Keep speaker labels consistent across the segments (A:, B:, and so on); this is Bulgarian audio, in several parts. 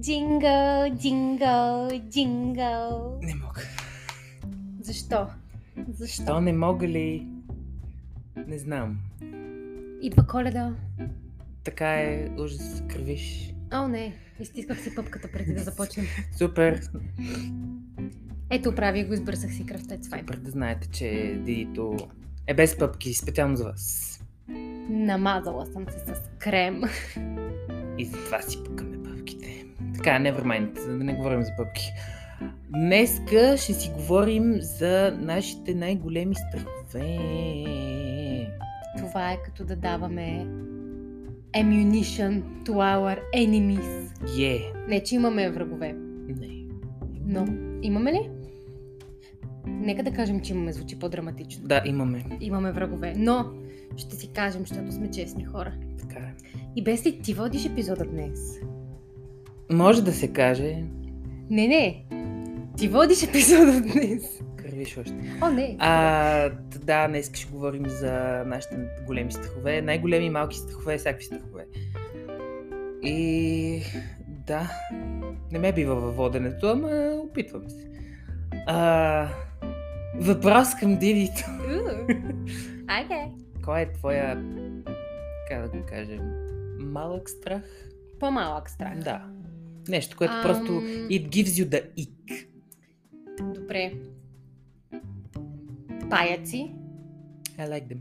A: Джингъл, джингъл, джингъл.
B: Не мога.
A: Защо? Защо?
B: Що не мога ли? Не знам.
A: Идва коледа.
B: Така е ужас, кървиш.
A: О, не. Изтисках си пъпката преди да започнем.
B: Супер!
A: Ето, прави го, избърсах си кръвта. Това е.
B: Супер да знаете, че Дидито е без пъпки, специално за вас.
A: Намазала съм се с крем.
B: И затова си пукаме пъпките. Така, never mind, да не говорим за пъпки. Днеска ще си говорим за нашите най-големи страхове.
A: Това е като да даваме ammunition to our enemies.
B: Е,
A: Не, че имаме врагове,
B: не.
A: но имаме ли? Нека да кажем, че имаме, звучи по-драматично.
B: Да, имаме.
A: Имаме врагове, но ще си кажем, защото сме честни хора.
B: Така е.
A: И без ли ти водиш епизода днес?
B: Може да се каже,
A: Не, не. Ти водиш епизода днес.
B: кървиш още.
A: О, не.
B: А, т- да, днес ще говорим за нашите големи страхове. Най-големи и малки страхове, всякакви страхове. И да, не ме бива във воденето, ама опитвам се. А, въпрос към Дидито.
A: Айде.
B: Кой е твоя, как да го кажем, малък страх?
A: По-малък страх.
B: Да. Нещо, което просто
A: Ам.
B: it gives you the ick.
A: Добре. Паяци.
B: I like them.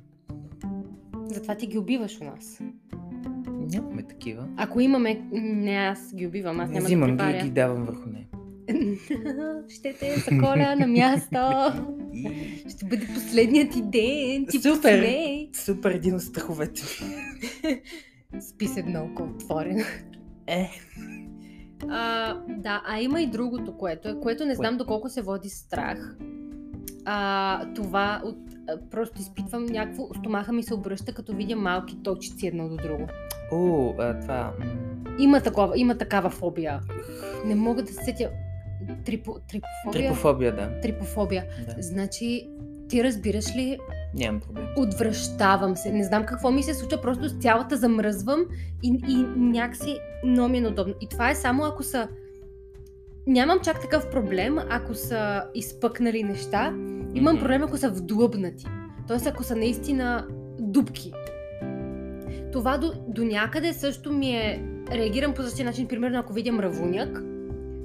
A: Затова ти ги убиваш у нас.
B: Нямаме такива.
A: Ако имаме... Не, аз ги убивам. Аз
B: Не
A: няма
B: взимам
A: да
B: ги и ги
A: прибаря.
B: давам върху нея.
A: Ще те заколя на място. Ще бъде последният ти ден. Ти
B: Супер!
A: посмей.
B: Супер един от страховете ми.
A: Спи с едно око отворено.
B: Е.
A: А, да, а има и другото, което е, което не знам доколко се води страх. А, това от, а, просто изпитвам някакво, стомаха ми се обръща, като видя малки точици едно до друго.
B: О, а, това... м,
A: Има, такова, има такава фобия. Не мога да се сетя. Трипо, трипофобия?
B: Трикофобия, да.
A: Трипофобия.
B: да.
A: Значи, ти разбираш ли,
B: Нямам проблем.
A: отвръщавам се. Не знам какво ми се случва, просто с цялата замръзвам и, и някакси много ми е неудобно. И това е само ако са... Нямам чак такъв проблем, ако са изпъкнали неща. Имам
B: Мгм.
A: проблем, ако са вдлъбнати. Тоест, ако са наистина дубки. Това до, до някъде също ми е... Реагирам по същия начин, примерно ако видя мравуняк,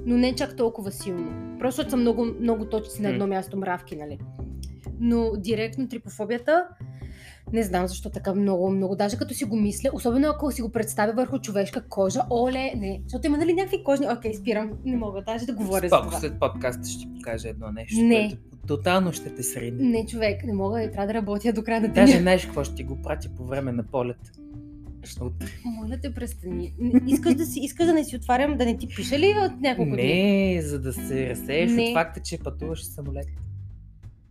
A: но не чак толкова силно. Просто защото са много, много точици на едно място мравки, нали? Но директно трипофобията, не знам защо така много, много, даже като си го мисля, особено ако си го представя върху човешка кожа, оле, не, защото има нали някакви кожни, окей, спирам, не мога даже да говоря за
B: Споко,
A: това.
B: след подкаста ще ти покажа едно нещо,
A: Не.
B: което тотално ще те срине.
A: Не, човек, не мога, трябва да работя до края на деня.
B: Даже знаеш какво ще ти го пратя по време на полет. От...
A: Моля те, престани. Н- Искаш да, си, искаш да не си отварям, да не ти пише ли от няколко дни?
B: Не, за да се разсееш
A: Не.
B: от факта, че пътуваш с самолет.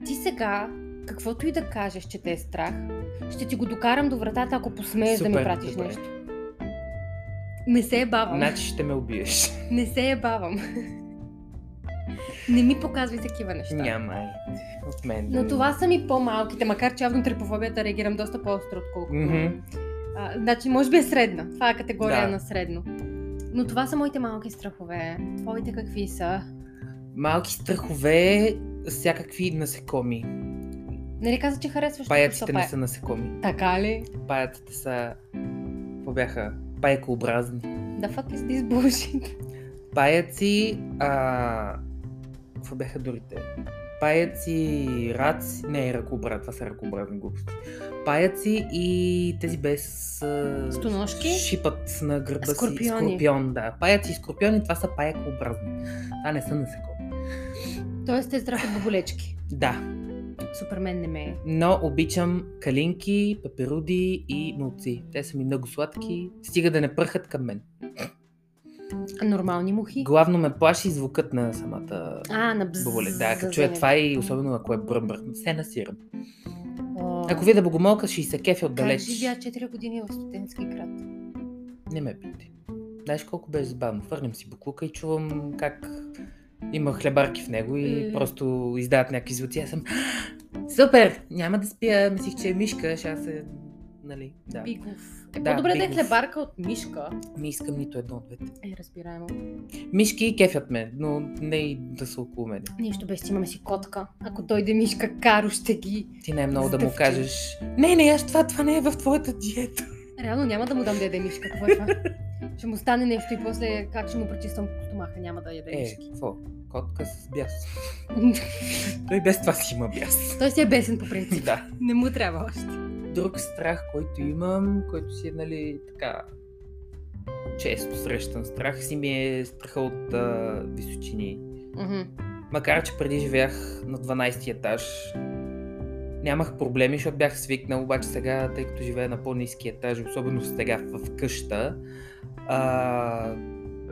A: Ти сега, каквото и да кажеш, че те е страх, ще ти го докарам до вратата, ако посмееш да ми
B: Супер,
A: пратиш
B: добре.
A: нещо. Не се е бавам.
B: Значи ще ме убиеш.
A: Не се е бавам. не ми показвай такива неща.
B: Няма. е. От мен.
A: Но това са ми по-малките, макар че явно трипофобията реагирам доста по-остро, отколкото.
B: Мгм.
A: А, значи, може би е средна. Това е категория
B: Да.
A: на средно. Но това са моите малки страхове. Твоите какви са?
B: Малки страхове, всякакви насекоми.
A: Нали каза, че харесваш
B: Паяците не
A: пая-
B: са насекоми.
A: Така ли?
B: Паяците са... Какво бяха? Пайкообразни.
A: Да fuck is this bullshit?
B: паяци, а... Какво бяха другите? Паяци, раци... Не, ръкобрат, това са ръкобратни глупости. Паяци и тези без... а,
A: Стоножки?
B: Шипът на гърба си.
A: Скорпиони.
B: Скорпион, да. Паяци и скорпиони, това са паякообразни. Това не са насекоми.
A: Тоест те страх от боболечки.
B: Да,
A: Супермен не ме е.
B: но обичам калинки, пеперуди и милци. Те са ми много сладки, стига да не пръхат към мен.
A: А нормални мухи?
B: Главно ме плаши звукът на самата
A: А, на бз...
B: Боболе, да, като чуя това и особено ако е бръмбър, не се насирам.
A: О,
B: Ако видя богомолка, ще и се кефи
A: Как
B: отдалеч.
A: живя 4 години в студентски град?
B: Не ме питай. Знаеш колко беше забавно? Хвърлям си буклука и чувам как има хлебарки в него и
A: Е.
B: просто издават някакви звуци. Аз съм супер! Няма да спя, мислих, че е мишка, ще аз се нали? Да.
A: Биков. Е,
B: Да,
A: по-добре да е
B: биков.
A: хлебарка от мишка.
B: Не искам нито едно от двете.
A: Е, разбираемо.
B: Мишки кефят ме, но не и да са около мен.
A: Нищо без, че имаме си котка. Ако дойде мишка, Каро ще ги...
B: Ти най-много да му
A: Сдъвчи.
B: кажеш, не, не, аз това, това не е в твоята диета.
A: Реално няма да му дам да яде мишка. Какво е това? ще му стане нещо и после как ще му пречиствам стомаха. Няма да яде
B: Е,
A: мишки.
B: какво? Котка с бяс. Той без това си има бяс.
A: Той си е бесен по принцип.
B: да.
A: Не му трябва още.
B: Друг страх, който имам, който си е, нали, така често срещан страх, си ми е страха от а, височини.
A: Мгм.
B: Макар, че преди живях на 12 етаж, нямах проблеми, защото бях свикнал, обаче сега, тъй като живея на по-низки етажи, особено сега в къща, а,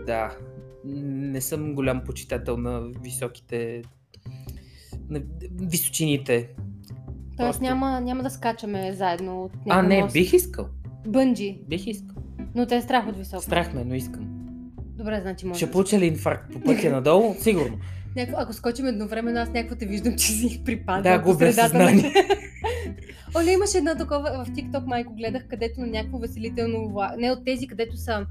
B: да, не съм голям почитател на високите на височините.
A: Тоест
B: Просто-
A: няма, няма да скачаме заедно от
B: А,
A: някакъв
B: не,
A: мост.
B: бих искал.
A: Бънджи,
B: Бих искал.
A: но те е страх от високо.
B: Страх ме, но искам.
A: Добре, значи може.
B: Ще получа ли инфаркт по пътя надолу? Сигурно.
A: Някакво, ако скочим едновременно, аз някакво те виждам, че си припада.
B: Да,
A: по
B: губя
A: средата
B: съзнание.
A: На... Оле, имаше едно такова в TikTok, майко гледах, където на някакво веселително вла... Не от тези, където са...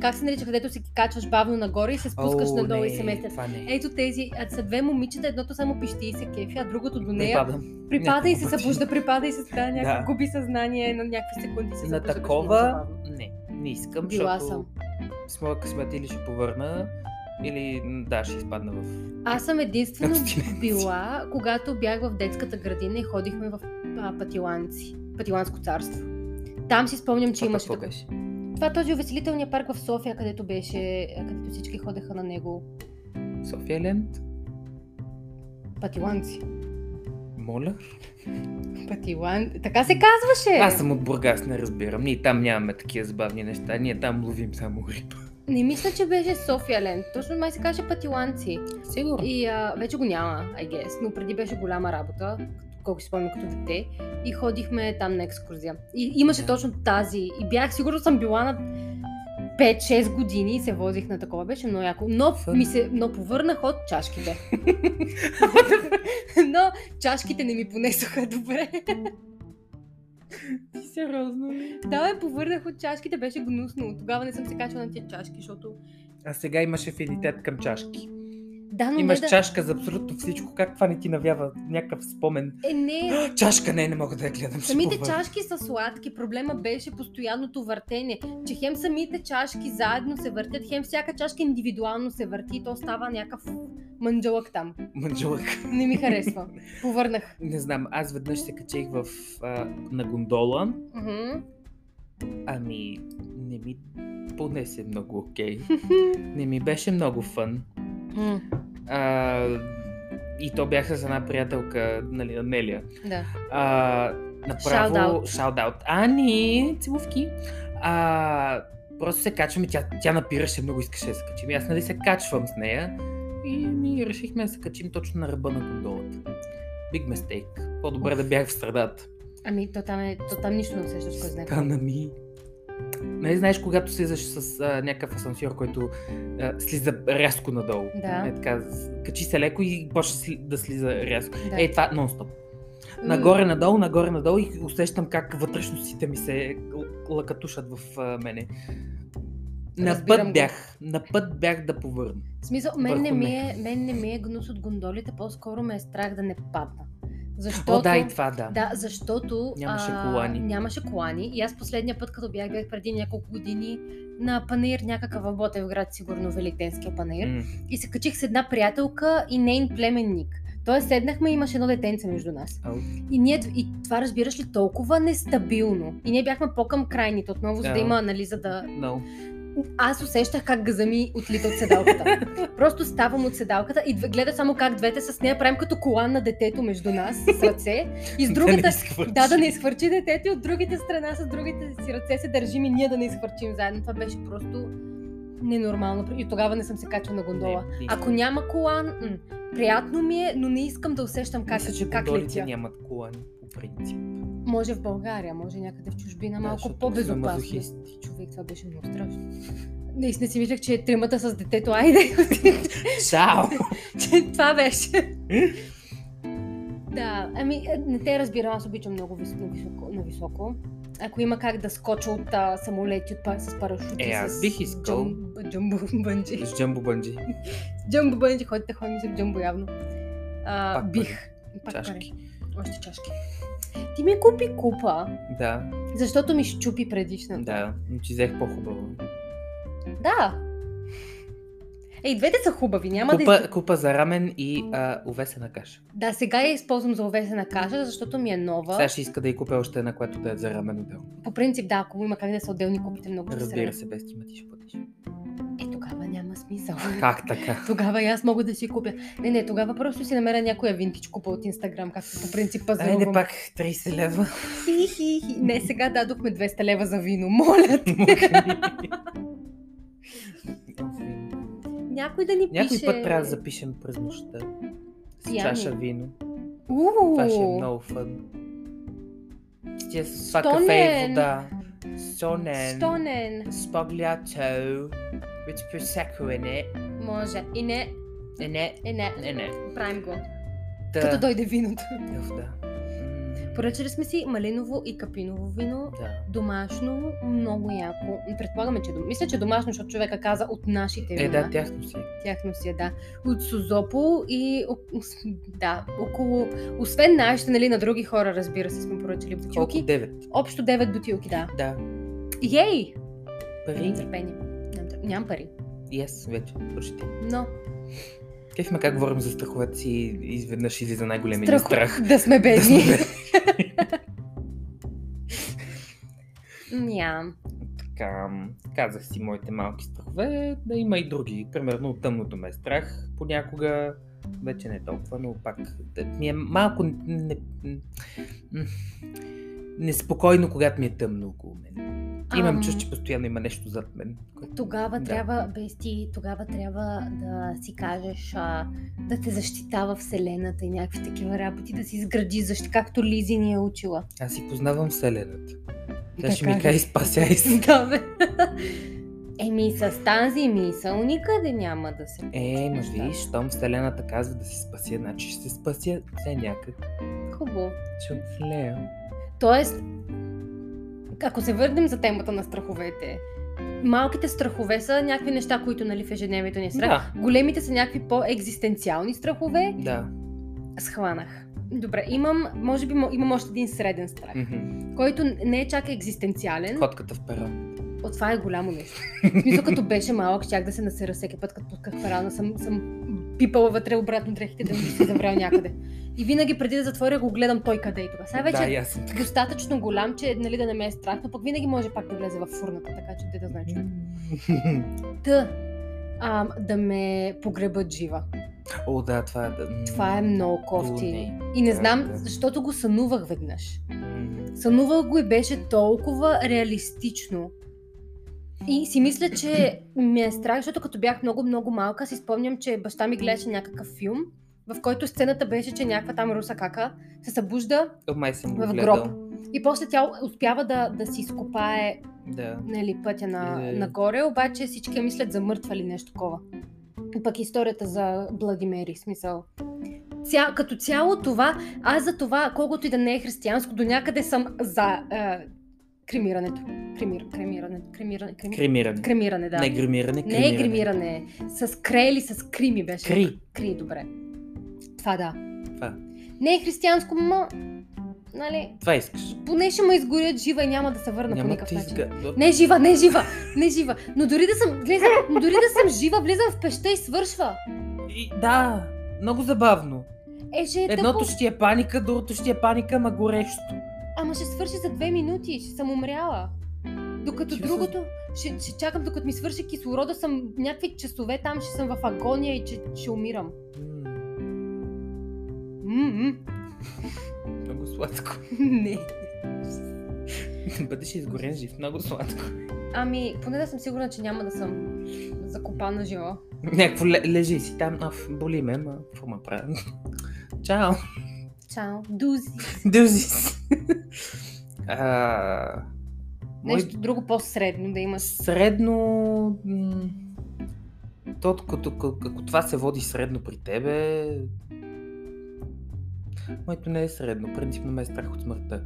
A: Как се нарича, където се качваш бавно нагоре и се спускаш
B: О,
A: надолу
B: не,
A: и се местят.
B: Това не. е.
A: Ето тези, а са две момичета, едното само пищи и се кефи, а другото до
B: Не
A: нея припада,
B: падам.
A: и се
B: няколко пъти.
A: събужда, припада и се става някакво,
B: Да.
A: губи съзнание на някакви секунди. Се
B: На
A: събужда, като много
B: такова
A: забавно.
B: не, не искам,
A: Била
B: защото
A: съм.
B: с моя късмет или ще повърна, или м, да, ще изпадна в...
A: Аз съм единствено
B: Абстиненция.
A: била, когато бях в детската градина и ходихме в а, Патиланци, Патиланско царство. Там си спомням, че
B: Това
A: имаше
B: какво
A: такова.
B: беше?
A: Това този увеселителния парк в София, където беше, където всички ходеха на него.
B: София Ленд?
A: Патиланци.
B: Моля?
A: Патилан... Така се казваше!
B: Аз съм от Бургас, не разбирам. Ние там нямаме такива забавни неща. Ние там ловим само риба.
A: Не мисля, че беше София Ленд. Точно май се каже Патиланци.
B: Сигурно.
A: И а, вече го няма, I guess, но преди беше голяма работа, като- колко си спомням като дете, и ходихме там на екскурзия. И имаше
B: Да.
A: точно тази, и бях, сигурно съм била на 5-6 години и се возих на такова, беше много яко. Но,
B: Фън.
A: ми се, но повърнах от чашките. но чашките не ми понесоха добре.
B: Ти сериозно ли?
A: Да, бе, повърнах от чашките, беше гнусно. Тогава не съм се качвала на тия чашки, защото...
B: А сега имаш афинитет към чашки.
A: Да, но
B: Имаш
A: не Ами да...
B: чашка за абсолютно всичко. Как това не ти навява някакъв спомен?
A: Е, не,
B: Чашка не, не мога да я гледам. ще
A: Самите
B: повърна.
A: чашки са сладки. Проблема беше постоянното въртене. Че хем самите чашки заедно се въртят, хем всяка чашка индивидуално се върти и то става някакъв мънджалък там.
B: Мънджалък.
A: Не ми харесва. Повърнах.
B: Не знам, аз веднъж се качих в, а, на гондола.
A: Мгм.
B: Ами, не ми понесе много окей. Не ми беше много фън.
A: М,
B: А, и то бяха с една приятелка, нали, Анелия.
A: Да.
B: А, направо...
A: Shout out.
B: Шаудаут. Ани, целувки. А, просто се качваме, тя, тя напираше много, искаше да се качим. И Аз нали се качвам с нея и ние решихме да се качим точно на ръба на гондолата. Big mistake. По-добре да бях в средата.
A: Ами, то там, е, то там нищо не усещаш, кой знае. какво.
B: Стана ми. Нали знаеш, когато слизаш с а, някакъв асансьор, който а, слиза рязко надолу.
A: Да.
B: Е, така, с- качи се леко и почва сли- да слиза рязко.
A: Да.
B: Ей, това нон-стоп.
A: М,
B: е, Нагоре, надолу, нагоре, надолу и усещам как вътрешностите ми се л- лакатушат в а, мене. На
A: Разбирам
B: път
A: го.
B: бях. На път бях да повърна.
A: В смисъл, мен не,
B: върху
A: ми
B: мен.
A: е, мен не ми е гнус от гондолите, по-скоро ме е страх да не падна. Защото...
B: О, да, и това, да.
A: Да, защото
B: Нямаше колани.
A: нямаше колани. И аз последния път, като бях, бях преди няколко години на панаир някакъв е в Ботевград, сигурно Великденския панаир.
B: М,
A: И се качих с една приятелка и нейн племенник. Тоест седнахме и имаше едно детенце между нас.
B: Ау.
A: И, ние, и това разбираш ли толкова нестабилно. И ние бяхме по-към крайните отново, за да
B: Да.
A: има, нали, за да...
B: много.
A: Аз усещах как газа ми отлита от седалката. Просто ставам от седалката и две- гледам само как двете с нея правим като колан на детето между нас с ръце. И с
B: Да, не
A: другата
B: изхвърчи.
A: да, да не изхвърчи детето и от другите страна с другите си ръце се държим и ние да не изхвърчим заедно. Това беше просто ненормално. И тогава не съм се качвала на гондола.
B: Не, не
A: Ако
B: искам.
A: няма колан, м, приятно ми е, но не искам да усещам как,
B: Мисля, че
A: как
B: гондолите
A: летя.
B: нямат колани по принцип.
A: Може в България, може някъде в чужбина,
B: Да,
A: малко
B: защото
A: по-безопасно.
B: сме мазохисти.
A: Човек, това беше много страшно. Наистина си мислех, че тримата с детето, айде, отивайте.
B: Чао!
A: Че това беше. да, ами е, не те разбирам, аз обичам много вис... на, високо, на високо. Ако има как да скоча от а, самолети от, пар- с парашути,
B: Е, аз
A: с
B: бих искал.
A: джъм- Джъмбо бънджи.
B: С джамбо банджи.
A: Джъмбо бънджи, ходите ходи с джъмбо явно. А,
B: Пак
A: бих. Пак пари.
B: Чашки.
A: Още чашки. Ти ми купи купа,
B: Да,
A: защото ми щупи предишната.
B: да. Но ти взех по-хубаво.
A: Да. Ей, двете са хубави, няма да...
B: Купа,
A: изг-
B: купа за рамен и а, увесена каша.
A: Да, сега я използвам за овесена каша, защото ми е нова.
B: Сега ще иска да й купя още една, която да е за рамен отдел.
A: По принцип, да, ако има как да са отделни купите, много ще
B: Разбира
A: се.
B: се, без тима ти ще платиш.
A: радвам. Е, тогава няма смисъл.
B: Как така?
A: Тогава и аз мога да си купя. Не, не, тогава просто си намеря някоя винтич купа от Инстаграм, както по принцип пазарувам.
B: Айде пак 30 лева.
A: Хи-хи-хи. Не, сега дадохме 200 лева за вино, моля те. Някой да ни
B: Някой
A: пише...
B: път трябва да запишем през нощта. С
A: Пияни.
B: чаша вино.
A: Уу,
B: Това ще е много фън. С тия с това
A: Стонен.
B: кафе и вода. Сонен.
A: Стонен.
B: С поглято. With prosecco in it.
A: Може. И не,
B: Е, не.
A: и не.
B: Не, не.
A: Правим го.
B: Та.
A: Като дойде виното.
B: Уф, да. М,
A: Поръчали сме си малиново и капиново вино.
B: Да.
A: Домашно, много яко. Предполагаме, че дом- мисля, че домашно, защото човека каза от нашите
B: Е,
A: вина.
B: да, тяхно си.
A: Тяхно си е, да. От Сузопол и о- ос- да, около... Освен нашите, нали, на други хора, разбира се, сме поръчали
B: Колко?
A: бутилки.
B: 9.
A: Общо 9 бутилки, да.
B: Да.
A: Ей! Нали, Нямам
B: Пари.
A: търпение. Нямам тър- Нямам пари.
B: Yes, вече. Почти.
A: Но...
B: Кеф ме как говорим за страховете си и изведнъж излиза най-големия ни
A: страху-
B: страх.
A: Да сме
B: Да
A: бедни.
B: сме-
A: Ням.
B: Така, казах си моите малки страхове, да има и други. Примерно от тъмното ме е страх. Понякога вече не е толкова, но пак да- ми е малко не, не, м, неспокойно, когато ми е тъмно около мен. Имам
A: Ам.
B: чувство, че постоянно има нещо зад мен. което-
A: Тогава
B: Да.
A: трябва, без ти, тогава трябва да си кажеш, а, да те защитава Вселената и някакви такива работи, да си изгради защита, както Лизи ни е учила.
B: Аз си познавам вселената. Тя ще
A: Така е.
B: ми
A: ли?
B: каже, спасяй се.
A: Да, бе. Еми, с тази мисъл никъде няма да се
B: Е, ма
A: получат нещата.
B: виж, щом вселената казва да се спася, значи ще се спася все някак.
A: Хубаво.
B: Ще оцелея.
A: Тоест, ако се върнем за темата на страховете, малките страхове са някакви неща, които нали, в ежедневието ни е страх.
B: Да,
A: Големите са някакви по-екзистенциални страхове.
B: да.
A: Схванах. Добре, имам, може би мо- имам още един среден страх,
B: Мгм.
A: който не е чак екзистенциален.
B: Котката в пера.
A: От това е голямо нещо. В смисъл, като беше малък, щях да се насера всеки път, като пусках парална, съм, съм пипала вътре обратно дрехите, да ми се заврял някъде. И винаги преди да затворя, го гледам той къде е и това. Сега вече
B: Да, и аз съм така.
A: достатъчно голям, че нали, да не ме е страх, но пък винаги може пак да влезе в фурната, така че де да знае човек. Та, а, да ме погребат жива.
B: О, да, това е... да-
A: Това е много
B: О,
A: кофти.
B: не.
A: И не
B: Да,
A: знам,
B: да.
A: защото го сънувах веднъж.
B: Мгм.
A: Сънувах го и беше толкова реалистично. И си мисля, че ми е страх, защото като бях много-много малка, си спомням, че баща ми гледаше някакъв филм, в който сцената беше, че някаква там руса кака се събужда
B: О, Май съм го
A: в
B: гледал.
A: гроб. И после тя успява да, да си изкопае
B: Да.
A: нали, пътя на,
B: Е.
A: нагоре, обаче всички я мислят за мъртва или нещо такова. Пък историята за Бладимери, смисъл. Ця, като цяло това, аз за това, колкото и да не е християнско, до някъде съм за е, кремирането. Кремир, кремирането, кремиране, креми...
B: Кремиране.
A: кремиране, да.
B: Не гримиране,
A: не е гримиране. С крей или с крими беше.
B: Кри.
A: Кри, добре. Това да.
B: Това.
A: Не е християнско, ма... Нали,
B: Това искаш.
A: поне ще ме изгорят жива и няма да се върна по
B: Няма да
A: никакъв
B: ти
A: начин.
B: изга...
A: Не жива, не жива, не жива. Но дори да съм, влизам, но дори да съм жива, влизам в пеща и свършва.
B: И- Да, много забавно.
A: Е, ще е
B: Едното
A: тъпо.
B: ще ти е паника, другото ще ти е паника, ма горещо.
A: Ама ще свърши за две минути, ще съм умряла. Докато
B: Ще се-
A: другото, ще, ще чакам докато ми свърши кислорода, съм някакви часове там, ще съм в агония и че ще умирам.
B: М,
A: М-м.
B: Много сладко.
A: Не.
B: Бъдеш изгорен жив, много сладко.
A: Ами, поне да съм сигурна, че няма да съм закопана жива.
B: Някакво ле- лежи си там, аф, боли ме, ма, какво ме правя? Чао,
A: Чао. Дузи.
B: дълзи си. А, мой
A: Нещо друго по-средно да имаш.
B: средно... м, То, като, като, ако това се води средно при тебе... Моето не е средно, принципно ме е страх от смъртта.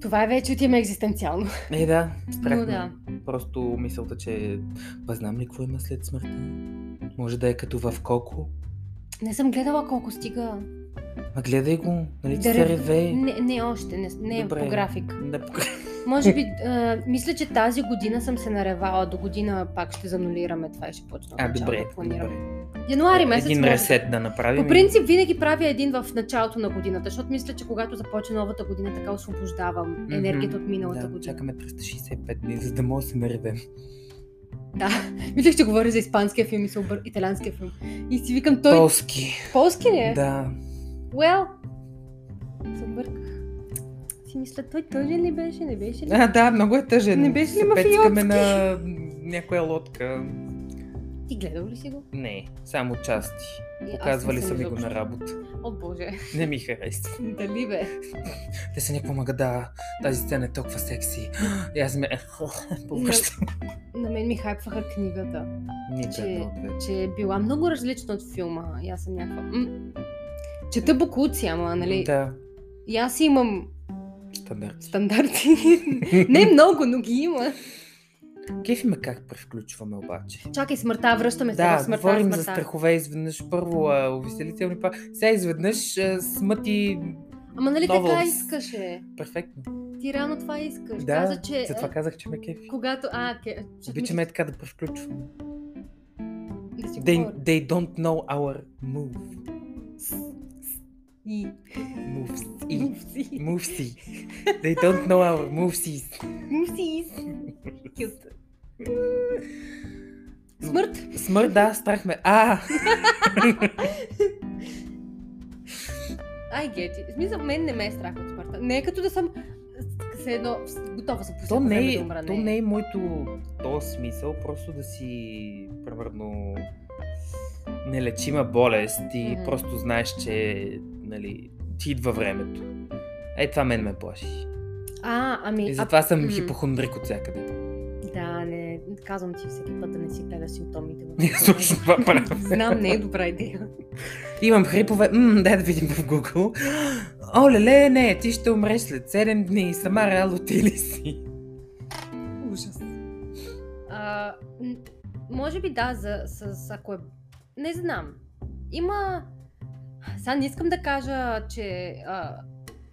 A: Това е вече отиваме екзистенциално.
B: Е, да, страх.
A: Но да.
B: Просто мисълта, че па знам ли какво има след смъртта? Може да е като в Коко.
A: Не съм гледала колко стига.
B: Ма гледай го, нали ти се
A: Дърв-
B: реве.
A: Не, не още, не, не е
B: Добре.
A: по график.
B: Да, пок-
A: Може би, а, мисля, че тази година съм се наревала. До година пак ще занулираме това и ще почна.
B: а, добре,
A: Планирам.
B: добре. Е,
A: Януари месец.
B: Един
A: може.
B: ресет ами. да направим.
A: По принцип винаги правя един в началото на годината, защото мисля, че когато започне новата година, така освобождавам
B: Мгм.
A: енергията от миналата
B: да,
A: година.
B: чакаме 365 дни, за да може да се наревем.
A: Мислех, че говоря за испанския филм и се обър... италианския филм. И си викам, той
B: Полски.
A: полски ли е?
B: Да.
A: Well, се обърках. Си мисля, той тъжен ли беше, не беше ли?
B: А, да, много е тъжен.
A: Не беше ли
B: Се пецкаме
A: мафиотски?
B: на някоя лодка.
A: Ти гледал ли си го?
B: Не, само части.
A: И аз не
B: Показвали са ми го
A: изобщо.
B: на работа.
A: О, боже.
B: Не ми харесва.
A: Дали бе?
B: Те са някакво мага, да, тази сцена е толкова секси. И аз ме... Повръщам.
A: На мен ми хайпваха книгата,
B: Нито
A: Че-
B: едно от двете.
A: че е била много различна от филма. И аз съм някаква... м, Чета бокуци, ама, нали?
B: Да,
A: И аз имам
B: стандарт.
A: стандарти. Не много, но ги има.
B: Кефи ме как превключваме обаче.
A: Чакай, смъртта, връщаме се
B: Да,
A: в смъртта.
B: говорим
A: смъртта.
B: за страхове изведнъж. Първо а, увеселителни па. Сега изведнъж а, смъти...
A: Ама нали така
B: novels.
A: искаше?
B: Перфектно.
A: Ти реално това искаш.
B: Да,
A: Каза, че...
B: затова
A: а,
B: казах, че ме кефи.
A: Когато... А, ке... че-
B: Обичаме е така да превключваме.
A: Да си
B: They,
A: говорим.
B: they don't know our move.
A: И...
B: Moves. И.
A: Муфси.
B: Movesy. They don't know our movesies.
A: Муфси. Кют. Смърт.
B: Смърт, да, страх ме. А!
A: I get it. В Смисъл, мен не ме е страх от смъртта. Не е като да съм с едно... Готова съм по
B: То
A: всяко време
B: не,
A: да
B: е,
A: умра.
B: то не е моето то е смисъл, просто да си, примерно, нелечима болест и
A: Мгм.
B: просто знаеш, че нали, ти идва времето. Е, това мен ме плаши.
A: А, ами...
B: И
A: Е, а,
B: затова съм
A: м.
B: хипохондрик от всякъде.
A: Да, не. Казвам ти всеки път да не си гледаш симптомите. в
B: И аз Е, точно това правя.
A: Знам, не е добра идея.
B: Имам хрипове. М, дай да видим в Google. О, леле, не, ти ще умреш след 7 дни. Сама реал ти ли си?
A: Ужас. А, н- може би да, за, с, с, ако е... Не знам. Има... Сега не искам да кажа, че а,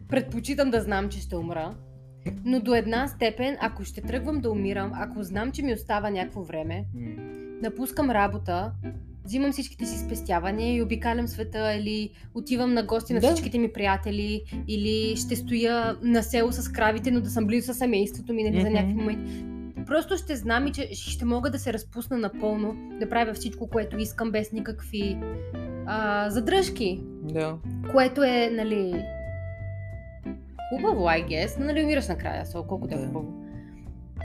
A: предпочитам да знам, че ще умра. Но до една степен, ако ще тръгвам да умирам, ако знам, че ми остава някакво време,
B: М,
A: напускам работа, взимам всичките си спестявания и обикалям света, или отивам на гости на
B: Да.
A: всичките ми приятели, или ще стоя на село с кравите, но да съм близо с семейството ми, нали, за
B: Мгм.
A: някакви моменти. Просто ще знам и че ще мога да се разпусна напълно, да правя всичко, което искам, без никакви а, задръжки,
B: Да.
A: което е, нали, хубаво, I guess, но нали умираш накрая, so, колко да е
B: Да.
A: хубаво.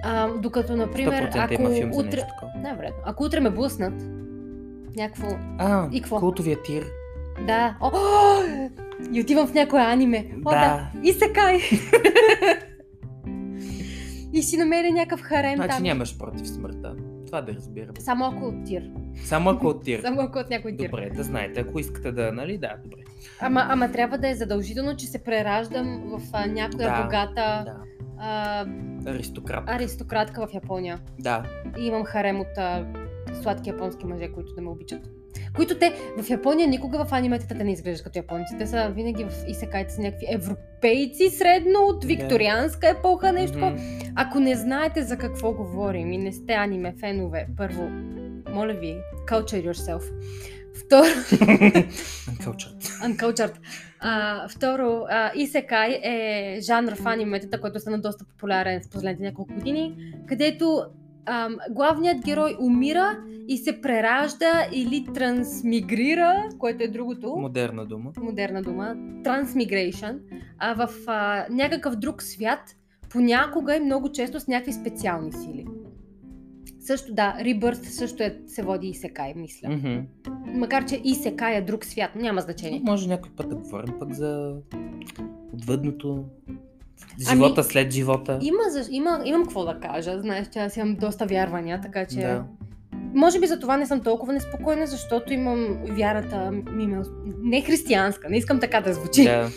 A: А, докато, например,
B: 100%
A: ако
B: има филм за
A: утре,
B: нещо такова.
A: най-вероятно. Ако утре ме блъснат, някакво...
B: А,
A: И какво?
B: култовия тир.
A: Да. О, о, и отивам в някое аниме. О, да. И се кай. и си намеря някакъв харем
B: Значи
A: там.
B: нямаш против смъртта. Това да разбирам.
A: Само ако от тир.
B: Само ако от тир.
A: Само ако от някой тир.
B: Добре, да знаете. Ако искате да, нали, да, добре.
A: Ама, ама трябва да е задължително, че се прераждам в а, някоя
B: Да,
A: богата
B: Да.
A: а,
B: Аристократ.
A: аристократка в Япония.
B: Да.
A: И имам харем от а, сладки японски мъже, които да ме обичат. Които те в Япония никога в аниметата те не изглеждат като японци. Те са винаги в исекайте са някакви европейци средно от
B: Да.
A: викторианска епоха, нещо такова.
B: Мгм.
A: Ако не знаете за какво говорим и не сте аниме фенове, първо, моля ви, culture yourself. Второ,
B: Uncultured.
A: uncultured. А, второ, а, Исекай е жанр в аниметата, който стана доста популярен с последните няколко години, където ам, главният герой умира и се преражда или трансмигрира, което е другото,
B: Модерна дума.
A: модерна дума, трансмигрейшън, а в а, някакъв друг свят, понякога и много често с някакви специални сили. Също, да, Rebirth също е, се води Исекай, мисля.
B: Мгм.
A: Макар, че Исекай е друг свят, но няма значение.
B: Тук може някой път да говорим пък за отвъдното,
A: Ами,
B: живота след живота.
A: Има, за- има, имам какво да кажа. Знаеш, че аз имам доста вярвания, така че...
B: Да.
A: Може би за това не съм толкова неспокойна, защото имам вярата ми ме... не християнска, не искам така да звучи,
B: Да.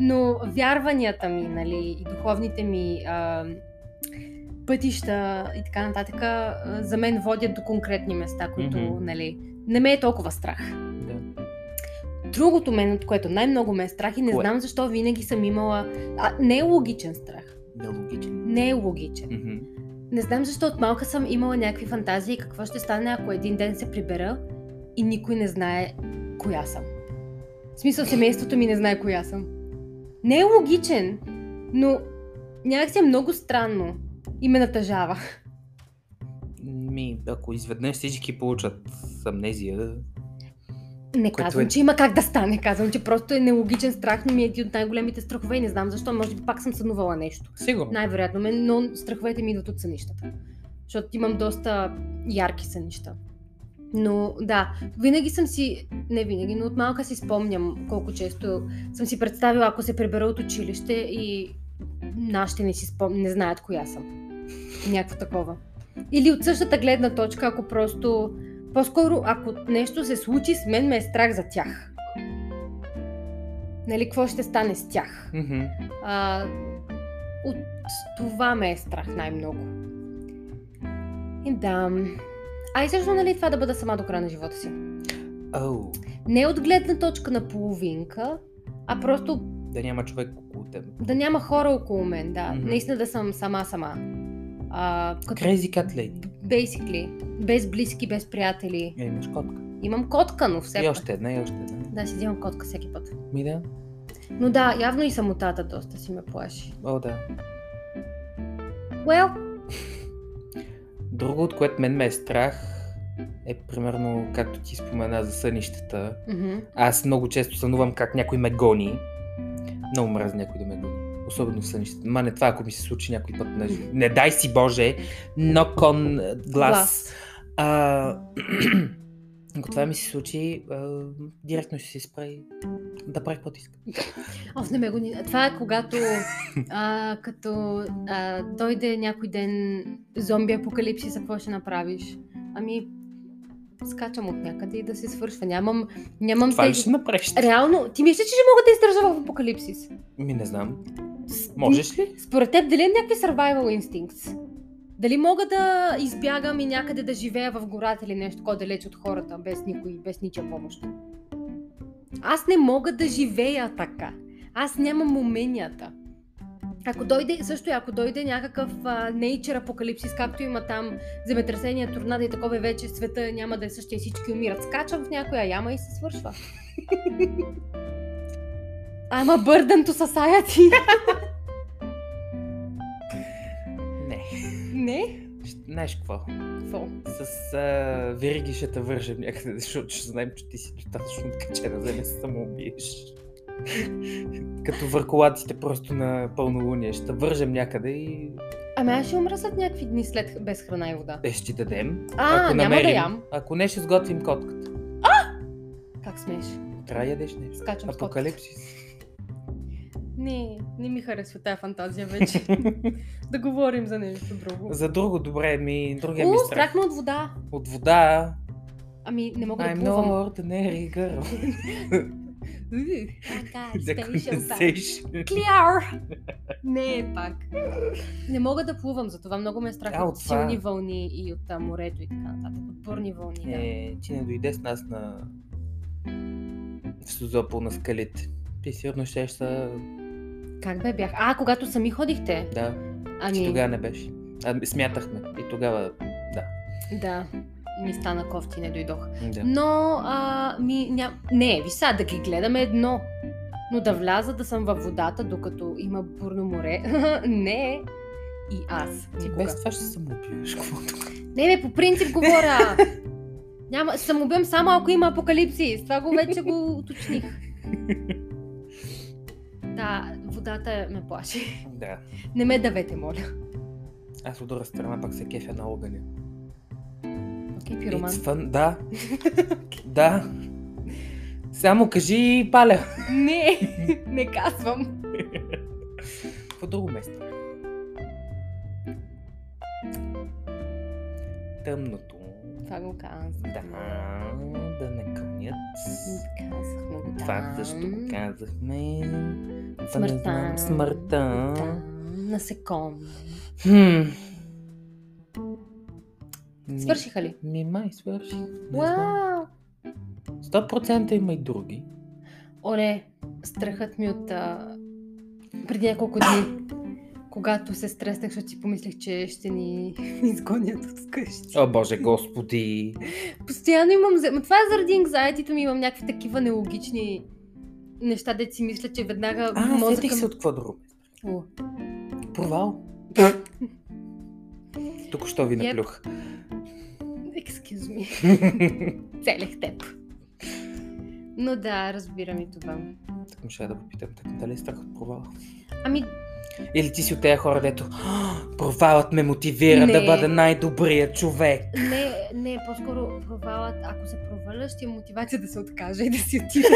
A: Но вярванията ми, нали, и духовните ми а, пътища и така нататък, а, за мен водят до конкретни места, които,
B: Мгм.
A: нали, не ме е толкова страх.
B: Да.
A: Другото мен, от което най-много ме е страх и не
B: Кое?
A: знам защо винаги съм имала... А, не е логичен страх.
B: Нелогичен.
A: Не е логичен.
B: Мгм.
A: Не знам защо от малка съм имала някакви фантазии какво ще стане, ако един ден се прибера и никой не знае коя съм. В смисъл, семейството ми не знае коя съм. Не е логичен, но някакси е много странно и ме натъжава.
B: Ми, ако изведнъж всички получат амнезия,
A: Не
B: Което
A: казвам,
B: е-
A: че има как да стане, казвам, че просто е нелогичен страх, но ми е един от най-големите страхове и не знам защо, може би пак съм сънувала нещо.
B: сигурно.
A: Най-вероятно, мен, но страховете ми идват от сънищата. Защото имам доста ярки сънища. Но да, винаги съм си, не винаги, но от малка си спомням колко често съм си представила, ако се прибера от училище и нашите не си спомнят, не знаят коя съм. Някакво такова. Или от същата гледна точка, ако просто, по-скоро, ако нещо се случи, с мен ме е страх за тях. Нали, какво ще стане с тях?
B: Мгм.
A: А, от това ме е страх най-много. И да. А и също, нали, това да бъда сама до края на живота си.
B: Ау,
A: Не от гледна точка на половинка, а просто
B: да няма човек около теб.
A: да няма хора около мен, да.
B: Мгм.
A: Наистина да съм сама-сама. А, като
B: Crazy Cat Lady.
A: basically, без близки, без приятели.
B: Е, имаш котка.
A: Имам котка, но все
B: И
A: пак.
B: още една, и още една.
A: Да, си взимам котка всеки път.
B: Ми да.
A: Но да, явно и самотата доста си ме плаши.
B: О, да.
A: Well,
B: Друго, от което мен ме е страх, е примерно, както ти спомена за сънищата.
A: мгм.
B: Аз много често сънувам как някой ме гони. Много мразя някой да ме гони. Особено в сънищата. Ма не това, ако ми се случи някой път. Не, не дай си Боже, knock on glass.
A: Глас.
B: А, ако това ми се случи, а, директно ще се спре да прави каквото иска.
A: Оф, не ме го ни... Това е когато а, като а, дойде някой ден зомби апокалипсис, какво ще направиш? Ами, скачам от някъде и да се свършва. Нямам, нямам
B: Това ли
A: тези...
B: ще направиш?
A: Реално, ти мислиш, ли, че мога да издържа в апокалипсис?
B: Ми не знам.
A: С-
B: Можеш ли?
A: Според теб, дали имам някакви survival instincts? Дали мога да избягам и някъде да живея в гората или нещо такова далеч от хората, без никой, без ничия помощ? Аз не мога да живея така. Аз нямам уменията. Ако дойде, също и ако дойде някакъв а, nature апокалипсис, както има там земетресения, торнада и такова и вече света няма да е същия и всички умират. Скачам в някоя яма и се свършва. Ама бърдънто society.
B: Не.
A: Не?
B: Ще- Знаеш какво?
A: Какво?
B: С а, вериги ще те вържем някъде, защото ще знаем, че ти си достатъчно откачена, за да не се самоубиеш. Като върколаците просто на пълнолуние. Ще те вържем някъде и
A: Ами аз ще умра след някакви дни след без храна и вода.
B: е, ще ти дадем.
A: А, няма да ям.
B: Ако не, ще сготвим котката.
A: Как смееш?
B: Трябва да ядеш нещо.
A: Скачам с котката.
B: Апокалипсис.
A: Не, не ми харесва тази фантазия вече. да говорим за нещо друго.
B: За друго добре ми, другия ми е
A: О,
B: страх.
A: страх ме от вода.
B: От вода.
A: Ами не мога да
B: I'm no
A: плувам.
B: ordinary girl.
A: Така,
B: За
A: special
B: conversation.
A: Clear! Не, пак. Не мога да плувам, затова много ме е страх
B: А,
A: от
B: от това.
A: силни вълни и от а, морето и така нататък. От бурни вълни, да.
B: Е, ти не дойде с нас на... в Сузопол на скалите. Ти сигурно ще са...
A: Как бе бях? А, когато сами ходихте?
B: Да, че
A: Ами,
B: тогава не беше. А, смятахме. И тогава...
A: да. Ми стана кофти, не дойдох.
B: Да.
A: Но, а, ми, ням... не, ви са, да ги гледаме едно. Но да вляза да съм във водата, докато има бурно море, не. И аз.
B: Ти
A: Никога.
B: без това ще се самоубиваш. каквото.
A: Не, бе, по принцип говоря. Няма, ще съм убием само ако има апокалипсис. Това го вече го уточних. Да, водата ме плаши.
B: Да.
A: Не ме давете, моля.
B: Аз от друга страна пак се кефя на огъня.
A: Окей,
B: It's
A: пироман.
B: fun. Да. да. Само кажи паля.
A: Не, не казвам.
B: Какво друго место? Тъмното.
A: Това го казах.
B: Да, да не кънят.
A: Казахме го.
B: Това също го е казахме. Та не знам.
A: Смъртта.
B: Смъртта.
A: Да, насекоми.
B: Хм. Не.
A: Свършиха ли?
B: Ми май свърши. Не знам.
A: Вау!
B: 100% има и други.
A: Оле, страхът ми от а, преди няколко дни, когато се стреснах, защото си помислех, че ще ни изгонят от къщи.
B: О, Боже, Господи!
A: Постоянно имам... зе- Ма това е заради anxiety ми, имам някакви такива нелогични неща, де си мисля, че веднага
B: А, сетих
A: ми-
B: се от какво друго.
A: О,
B: Провал. Тук що ви
A: Yep.
B: наплюх.
A: Excuse me. Целях теб. Но да, разбирам и това.
B: Така ще да попитам, така дали е страх от провал?
A: Ами,
B: Или ти си от тези хора, дето «А, провалът ме мотивира да
A: Не.
B: бъда най-добрият човек.
A: не, не, по-скоро провалът, ако се проваля, ще е мотивация да се откаже и да си отида.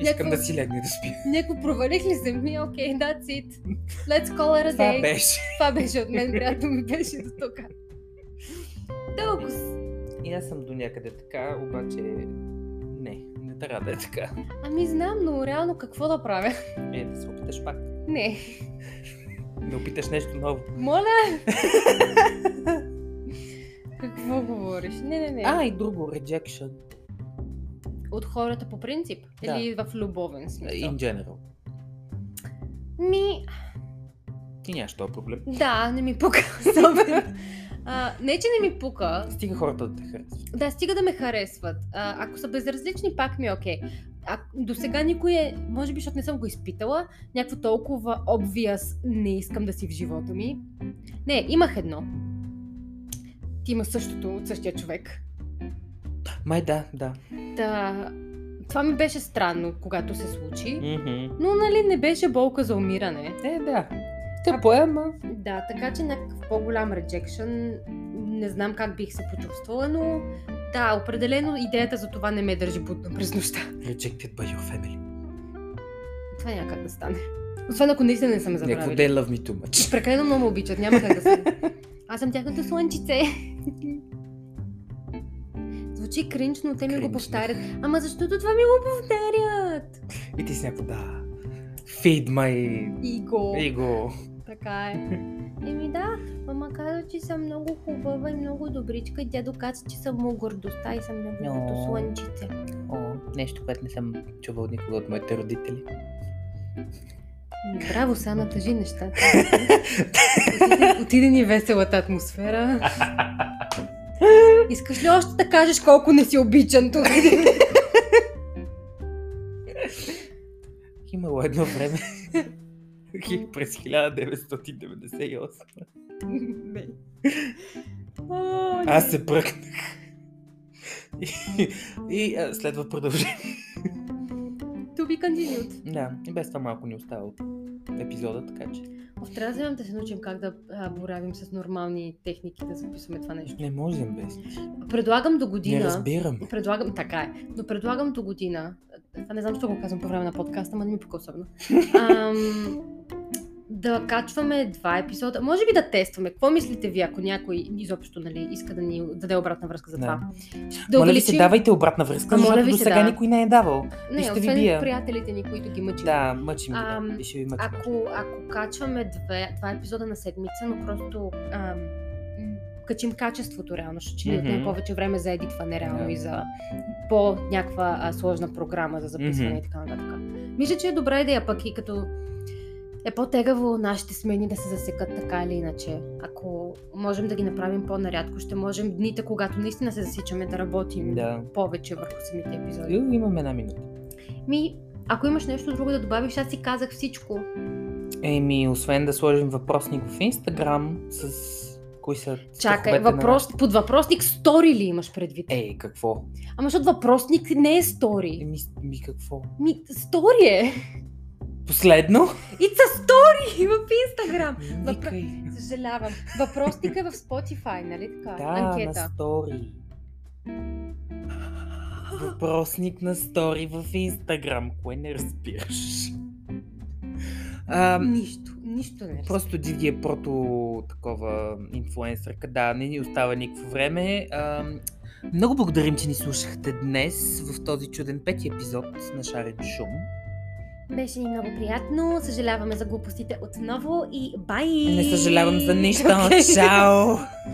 B: Искам
A: Някакво-
B: да си легна и да спя.
A: Неко провалих ли се ми? е Окей, okay, that's it. Let's call it a
B: Това
A: day.
B: беше.
A: Това беше от мен, приятно ми беше до тук. Толкова. с-
B: И аз съм до някъде така, обаче не, не трябва да е така.
A: Ами знам, но реално какво да правя?
B: Е, да се опиташ пак.
A: Не.
B: Да опиташ нещо ново.
A: Моля! какво говориш? Не, не, не.
B: А, и друго, rejection.
A: От хората по принцип?
B: Да.
A: Или в любовен смисъл?
B: In general.
A: Ми,
B: Ти нямаш този проблем.
A: да, не ми пука особено. А, не, че не ми пука.
B: Стига хората да те харесват.
A: Да, стига да ме харесват. А, ако са безразлични, пак ми е окей. А, до сега никой е, може би, защото не съм го изпитала, някакво толкова obvious не искам да си в живота ми. Не, имах едно. Ти има същото от същия човек.
B: Май да, да.
A: Та, това ми беше странно, когато се случи.
B: Мгм.
A: Но, нали, не беше болка за умиране.
B: Е, да. Те поема.
A: Да, така че някакъв по-голям rejection, не знам как бих се почувствала, но да, определено идеята за това не ме държи будна през нощта.
B: Rejected by your family.
A: Това няма как да стане. Освен ако наистина не съм
B: Някакво
A: забравила.
B: they love me too much.
A: Прекалено много ме обичат, няма как да се. Аз съм тяхното слънчице. Звучи кринч, но те ми
B: Кринч,
A: го
B: да.
A: повтарят. Ама защото това ми го повтарят?
B: И ти си някакво да. Feed my
A: Иго.
B: ego.
A: Така е. Еми да, мама каза, че съм много хубава и много добричка и дядо каза, че съм му гордостта и съм неговото
B: О.
A: слънчице.
B: О, нещо, което не съм чувал никога от моите родители.
A: Браво, са натъжи нещата. Отиде- Отиде ни веселата атмосфера. Искаш ли още да кажеш колко не си обичан тук?
B: Имало едно време хи- през 1998.
A: Не. О, не.
B: Аз се пръкнах. И, и а, следва продължение.
A: To be continued.
B: Да, и без това малко ни остава от епизода, така че.
A: О, Трябва да вземем да се научим как да а, боравим с нормални техники да записваме това нещо.
B: Не можем без.
A: Предлагам до
B: Не
A: година.
B: разбирам.
A: Предлагам, така е, но предлагам до година, това не знам, защо го казвам по време на подкаста, ама не ми пука особено, ам, да качваме два епизода, може би да тестваме. Какво мислите ви, ако някой изобщо нали, иска да ни даде обратна връзка за
B: Да.
A: това?
B: Да моля ви се, давайте обратна връзка,
A: А, моля
B: защото
A: ви
B: до
A: се,
B: сега
A: да.
B: никой не е давал.
A: не,
B: ще ви
A: освен
B: бия.
A: приятелите ни, които ги мъчим.
B: Да, мъчи ми. Да.
A: Ам,
B: И ще ви мъчим.
A: Ако, ако качваме две, два епизода на седмица, но просто ам, м, качим качеството реално, защото ще ни
B: Мгм.
A: отнеме повече време за едитване реално
B: Да.
A: и за по-някаква а, сложна програма за записване
B: Мгм.
A: и така нататък. Мисля, че е добра идея пък и като е по-тегаво нашите смени да се засекат така или иначе. Ако можем да ги направим по-нарядко, ще можем дните, когато наистина се засичаме, да работим
B: Да.
A: повече върху самите епизоди.
B: Ю, Имаме една минута.
A: Ми, ако имаш нещо друго да добавиш, аз си казах всичко.
B: Еми, освен да сложим въпросник в Инстаграм с кои са
A: Чакай,
B: страховете на
A: въпрос,
B: нашите-
A: под въпросник стори ли имаш предвид?
B: Ей, какво?
A: Ама защото въпросник не е стори.
B: Еми, с- ми какво?
A: Ми, стори е.
B: Последно?
A: It's a story в Инстаграм. Въпро-
B: Викай.
A: Съжалявам. Въпросник е в Spotify, нали така?
B: Да, на
A: Анкета.
B: стори. Въпросник на стори в Инстаграм. Кое не разбираш? А,
A: Нищо. Нищо не е.
B: просто Диди е прото такова инфлуенсърка. Да, не ни остава никакво време. А, много благодарим, че ни слушахте днес в този чуден пети епизод на Шарен Шум.
A: Беше ни много приятно. Съжаляваме за глупостите отново и бай!
B: Не съжалявам за нищо.
A: Окей.
B: Чао!